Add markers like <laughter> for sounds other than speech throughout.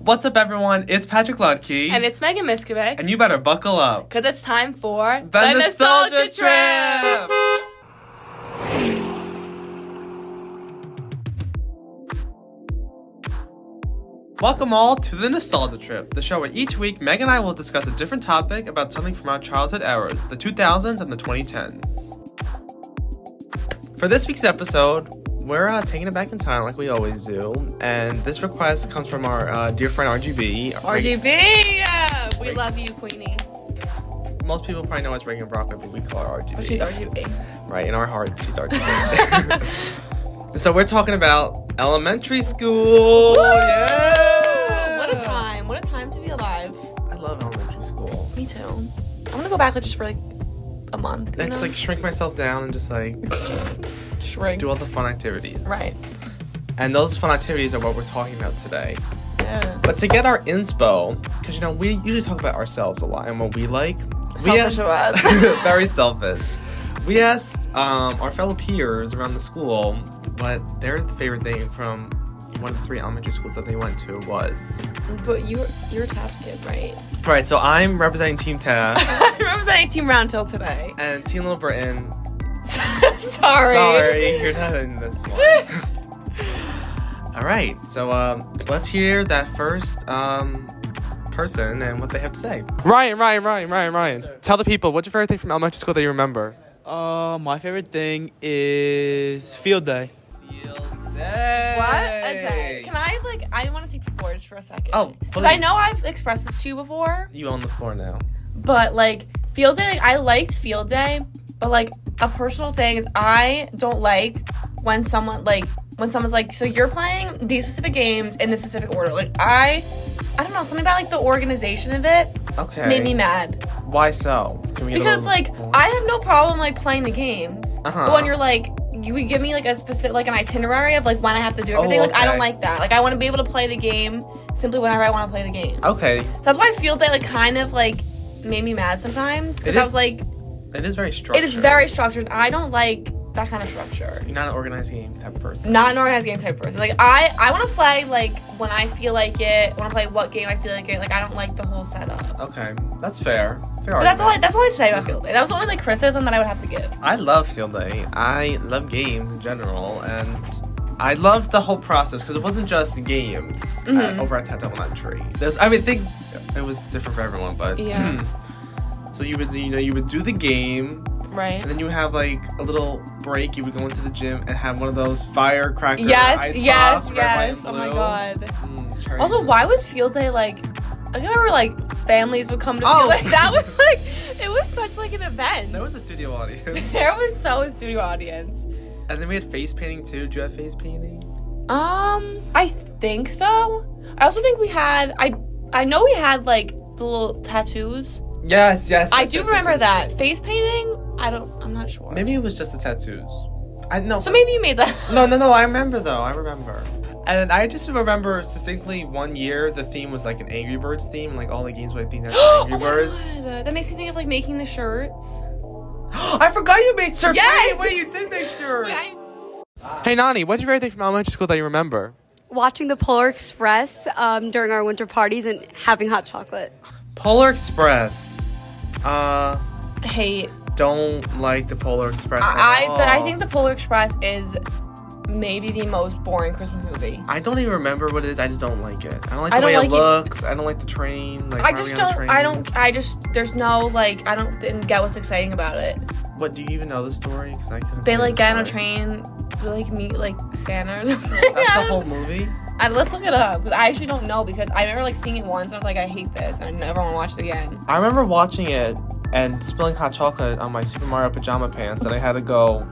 What's up, everyone? It's Patrick Ludke. And it's Megan Miskovec. And you better buckle up. Because it's time for The, Nostalgia, Trip! Welcome all to The Nostalgia Trip, the show where each week Meg and I will discuss a different topic about something from our childhood eras, the 2000s and the 2010s. For this week's episode, we're uh, taking it back in time like we always do, and this request comes from our uh, dear friend RGB. RGB! Yeah, We Wait. love you, Queenie. Most people probably know us Reagan Broccoli, but we call her RGB. But she's RGB. Right, in our heart, she's RGB. <laughs> so we're talking about elementary school. Woo! Yeah! <laughs> what a time. What a time to be alive. I love elementary school. Me too. I want to go back like, just for like a month. You And just know? like shrink myself down and just like shrink. do all the fun activities. Right. And those fun activities are what we're talking about today. Yeah. But to get our inspo, because you know we usually talk about ourselves a lot and what we like. we Selfish of <laughs> us. <laughs> very selfish. We asked um, our fellow peers around the school what their favorite thing from one of the three elementary schools that they went to was. But you were, you were a Taft kid, <laughs> right? All right, so I'm representing Team Tab I remember that team round till today. <laughs> <laughs> and Team Little Britain. Sorry. Sorry, <laughs> you're not in this one. All right, so um, let's hear that first um, person and what they have to say. Ryan, Ryan, Ryan, Ryan, Ryan. Tell the people what's your favorite thing from elementary school that you remember. Uh, my favorite thing is field day. Field What a day. Can I like I want to take the floors for a second. Oh, Because I please. know I've expressed this to you before, You on the floor now. but like field day, like, I liked field day, but like a personal thing is I don't like when someone like when someone's like, so you're playing these specific games in this specific order. Like I, I don't know something about like the organization of it Okay. made me mad Why so? Can we because like I have no problem like playing the games, Uh-huh. but when you're like you would give me like a specific like an itinerary of like when I have to do Oh, everything. Like I okay. don't like that. Like I want to be able to play the game simply whenever I want to play the game. Okay, So that's why I feel that like kind of like made me mad sometimes because It I is was like it is very structured. it is very structured. and I don't like that kind of structure. You're not an organized game type of person. Not an organized game type person. Like I I want to play like when I feel like it. Want to play what game I feel like it. Like I don't like the whole setup. Okay, that's fair. Fair. But that's argument. all. I, that's all I'd say about field day. That was the only like criticism that I would have to give. I love field day. I love games in general, and I loved the whole process because it wasn't just games at- Mhm. over at Tattoo Elementary. There's, I mean, I think it was different for everyone, but hmm. Yeah. so you would, you know, you would do the game, Right. and then you would have like a little break. You would go into the gym and have one of those firecracker Yes, ice yes, pops, red, white, yes. Oh my blue. god. Mm, cherry Also, blue. why was field day like? I remember like families would come to Oh. field day. <laughs> That was like it was such like an event. That was a studio audience, <laughs> there was so a studio audience. and then we had face painting too. Do you have face painting? Um, I think so. I also think we had I I know we had like the little tattoos. Yes, yes. I do remember that face painting. I don't. I'm not sure. Maybe it was just the tattoos. I no. So maybe you made that. No, no, no. I remember though. I remember. And I just remember distinctly one year the theme was like an Angry Birds theme, and like all the games were <gasps> themed after <gasps> Oh Angry my Birds. God, That makes me think of like making the shirts. <gasps> I forgot you made sure. Yes! Wait, wait, you did make sure. Wait, I- Hey, Nani, what's your favorite thing from elementary school that you remember? watching the Polar Express um, during our winter parties and having hot chocolate. Polar Express. Uh, hate. don't like the Polar Express. I, at I but I all. think the Polar Express is maybe the most boring Christmas movie. I don't even remember what it is. I just don't like it. I don't like the I don't way like it it- looks. I don't like the train. Like I why are we just on a don't. train? I don't. I just. There's no like. I don't didn't get what's exciting about it. What do you even know the story? Because I couldn't. They tell you like the get on a story. train. They like meet like Santa or <laughs> something. That's I the don't- whole movie. I, let's look it up because I actually don't know because I remember like seeing it once and I was like I hate this and I never want to watch it again. I remember watching it and spilling hot chocolate on my Super Mario pajama pants, and I had to go <laughs>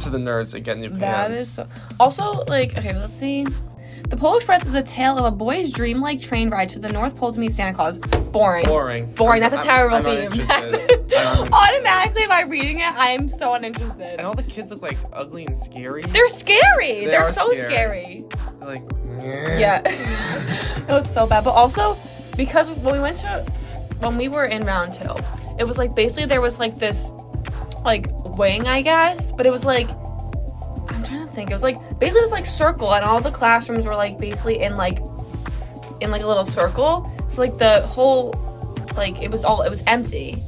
to the nurse and get new pants. That is so- also like okay. Let's see. The Polar Express is a tale of a boy's dreamlike train ride to the North Pole to meet Santa Claus. Boring. boring. Boring. That's a I'm- terrible I'm theme. <laughs> uninterested. I'm uninterested. Automatically, by reading it, I am so uninterested. And all the kids look like ugly and scary. They're scary. They They are are so scary. scary. They're like, Yeah. <laughs> no, it's so bad. But also, because when we went to, when we were in Round Hill, it was like basically there was like this, like wing, I guess, but it was like, I'm trying to think. It was like basically this like circle, and all the classrooms were like basically in like in like a little circle. So like the whole like it was all it was empty.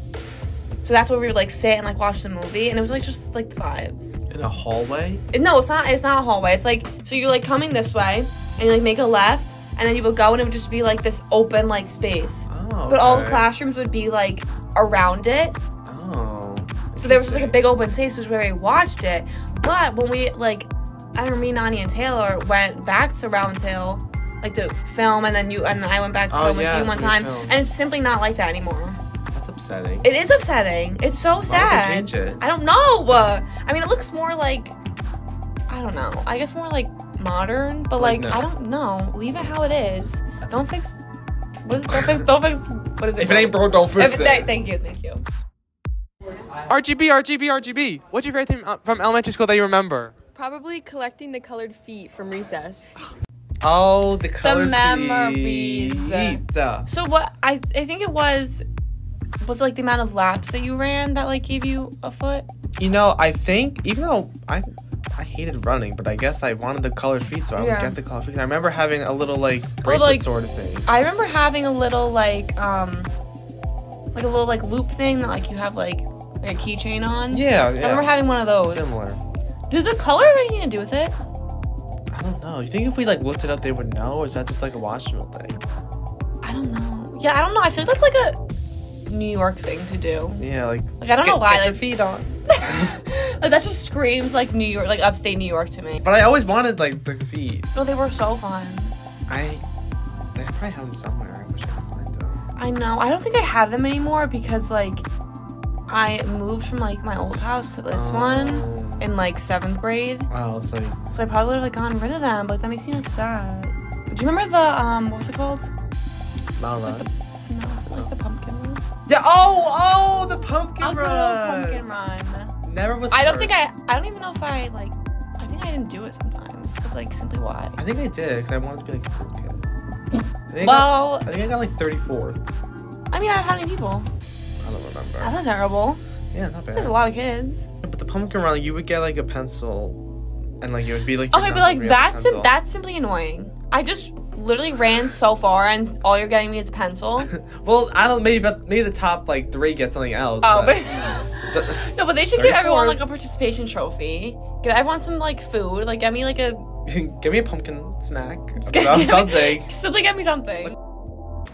So that's where we would like sit and like watch the movie, and it was like just like the vibes. In a hallway? And no, it's not. It's not a hallway. It's like so you're like coming this way, and you like make a left, and then you would go, and it would just be like this open like space. Oh. But all the okay. classrooms would be like around it, Oh. so there was just like a interesting. big open space, which is where we watched it. But when we like, I remember me, Nani, and Taylor went back to Round Hill, like to film, and then you and I went back to Oh, film yeah, with you one we time, filmed. and it's simply not like that anymore. That's upsetting. It is upsetting. It's so Why sad. would they change it? I don't know. Uh, I mean, it looks more like I don't know. I guess more like modern, but Like like, no. I don't know. Leave it how it is. Don't fix. What is it? Don't fix. Don't fix. What is it? If it ain't broke, don't fix If- it. Thank you. Thank you. RGB, RGB, RGB. What's your favorite thing uh, from elementary school that you remember? Probably collecting the colored feet from recess. Oh, the color memories. feet. So what I I think it was was it like the amount of laps that you ran that like gave you a foot. You know, I think even though I I hated running, but I guess I wanted the colored feet, so I would Yeah. get the colored feet. I remember having a little like Well, bracelet like- sort of thing. I remember having a little like um like a little like loop thing that like you have like, like a keychain on. Yeah, yeah. I remember having one of those. similar. Did the color have anything to do with it? I don't know. You think if we like looked it up, they would know, or is that just like a Washington thing? I don't know. Yeah, I don't know. I feel like that's like a New York thing to do. Yeah, like Like I don't get, know why. get your Like, feet on. <laughs> like that just screams like New York, like upstate New York to me. But I always wanted like the feet. No, they were so fun. I I probably have them somewhere. I wish I could find them. I know. I don't think I have them anymore because like I moved from like my old house to this one Um, in like seventh grade. Oh, it's like So I probably would have like gotten rid of them, but that makes me like sad. Do you remember the um what was it called? not Like run. the no, was it like the pumpkin run? Yeah. Oh, oh, the pumpkin I'll go run. pumpkin run. Never was. I don't think I first. I don't even know if I like I think I didn't do it sometimes. Cause like simply why? I think I did because I wanted to be like a cool kid. I think I, Well, got, I think I got like 34th. I mean I don't have any people. I don't remember. That's not terrible. yeah, not bad. There's a lot of kids. But the pumpkin run, like, you would get like a pencil, and like it would be like. your Okay, number, but like you have a that's sim- pencil. that's simply annoying. I just literally ran so far, and s- all you're getting me is a pencil. <laughs> <laughs> Well, I don't. Maybe but maybe the top like three get something else. Oh, but <laughs> D- no, but they should give 34. everyone like a participation trophy. Get everyone some like food. Like get me like a <laughs> <laughs> give me a pumpkin snack. About get- get me- <laughs> something. Simply get me something.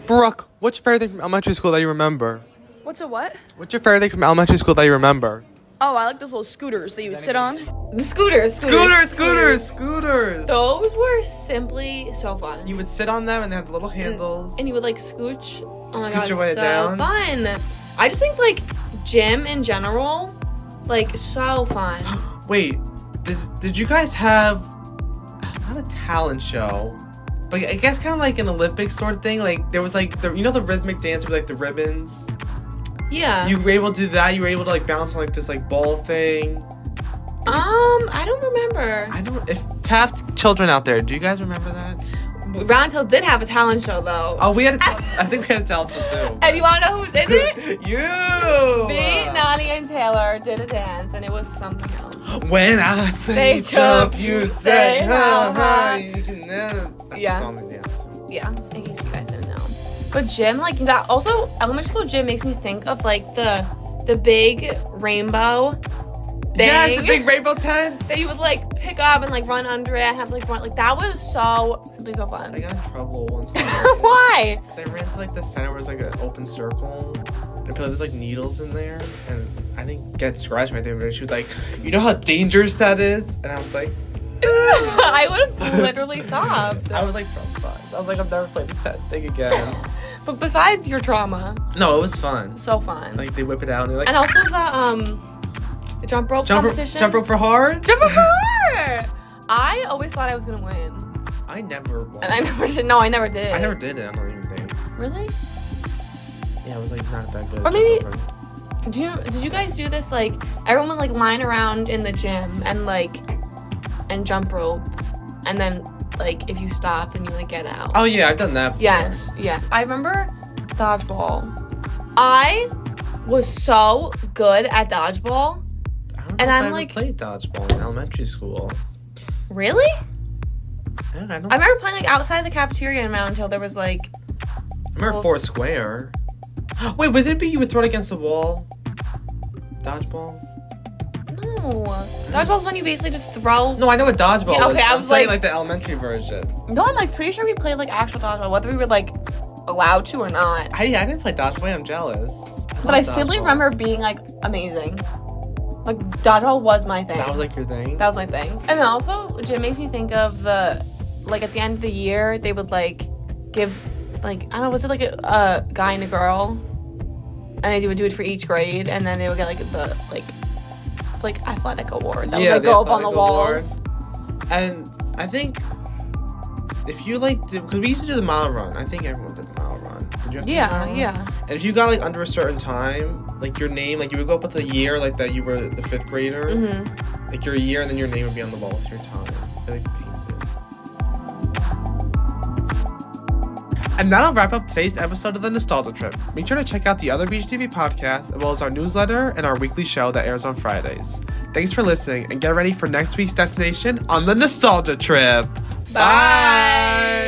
Brooke, what's your favorite thing from elementary school that you remember? What's a what? What's your favorite thing from elementary school that you remember? Oh, I like those little scooters that you sit on. The scooters, Scooters, scooters, scooters. Those were simply so fun. You would sit on them and they had little handles. Mm. and you would like scooch. Oh my Scooch god, your way so down. fun. I just think like gym in general, like <gasps> so fun. Wait, did, did you guys have not a talent show, but I guess kind of like an Olympic sort of thing? Like there was like the you know the rhythmic dance with like the ribbons. Yeah. You were able to do that. You were able to like bounce on like this like ball thing. um, I don't remember. I don't if Taft children out there. Do you guys remember that? Round Hill did have a talent show though. Oh, we had a tal- I think we had a talent show too. <laughs> And you wanna know who did it? you. Me, Nani, and Taylor did a dance, and it was something else. When I say They jump, jump, you you say say ha ha. ha-ha. You can never. That's Yeah. The song and dance. Yeah, in case you guys didn't know. But gym, like that, also elementary school gym makes me think of like the the big rainbow thing Yes, the big rainbow tent. that you would like pick up and like run under it and have to, like run. Like that was so simply so I fun. got in trouble one time. <laughs> <laughs> Why? Cause I ran to like the center where it's like an open circle, and apparently there's like needles in there, and I didn't get scratched or anything. But she was like, "You know how dangerous that is," and I was like, I would have literally sobbed. I was like traumatized. I was like, "I've never played this tent thing again." But besides your trauma, <laughs> no, it was fun. so fun. Like they whip it out and they're like, and also the um the jump rope "Jump rope, competition. jump rope for hard." <laughs> Jump rope power! I always thought I was gonna win, I never. Won. and I <laughs> never did. No, I never did. I never did it. I don't even think. really. Yeah, it was like not that good. Or maybe- Do you did you guys do this like everyone would like line around in the gym and like and jump rope, and then like if you stop then you like get out. Oh yeah, I've done that. Before. Yes, yeah. I remember dodgeball. I was so good at dodgeball. I don't know And if I I'm ever like- played dodgeball in elementary school. Really? I don't, I don't, I remember playing like outside the cafeteria in Mountain Hill. There was like I remember four square. <gasps> Wait, was it be you would throw it against the wall? Dodgeball? no dodgeball's when you basically just throw. No, I know what dodgeball Yeah, is. okay, I I'm was saying, like- like the elementary version. No, I'm like pretty sure we played like actual dodgeball, whether we were like allowed to or not. I, I didn't play dodgeball. I'm jealous. But I love simply dodgeball. remember being like amazing. Like dodgeball was my thing. that was like your thing. That was my thing. And then also, it makes me think of the, like at the end of the year, they would like give, like I don't know, was it like a, a guy and a girl, and they would do it for each grade, and then they would get like the like, like athletic award that Yeah, would like the go up on the athletic award. walls. and I think if you like, because we used to do the mile run. I think everyone did the mile run. Did you have to do the mile Yeah, run? yeah. And if you got like under a certain time, like your name, like you would go up with the year, like that you were the fifth grader, hmm like your year, and then your name would be on the wall with your time. They, like, painted. And that'll wrap up today's episode of the Nostalgia Trip. Make sure to check out the other Beach TV podcast, as well as our newsletter and our weekly show that airs on Fridays. Thanks for listening, and get ready for next week's destination on the Nostalgia Trip. Bye.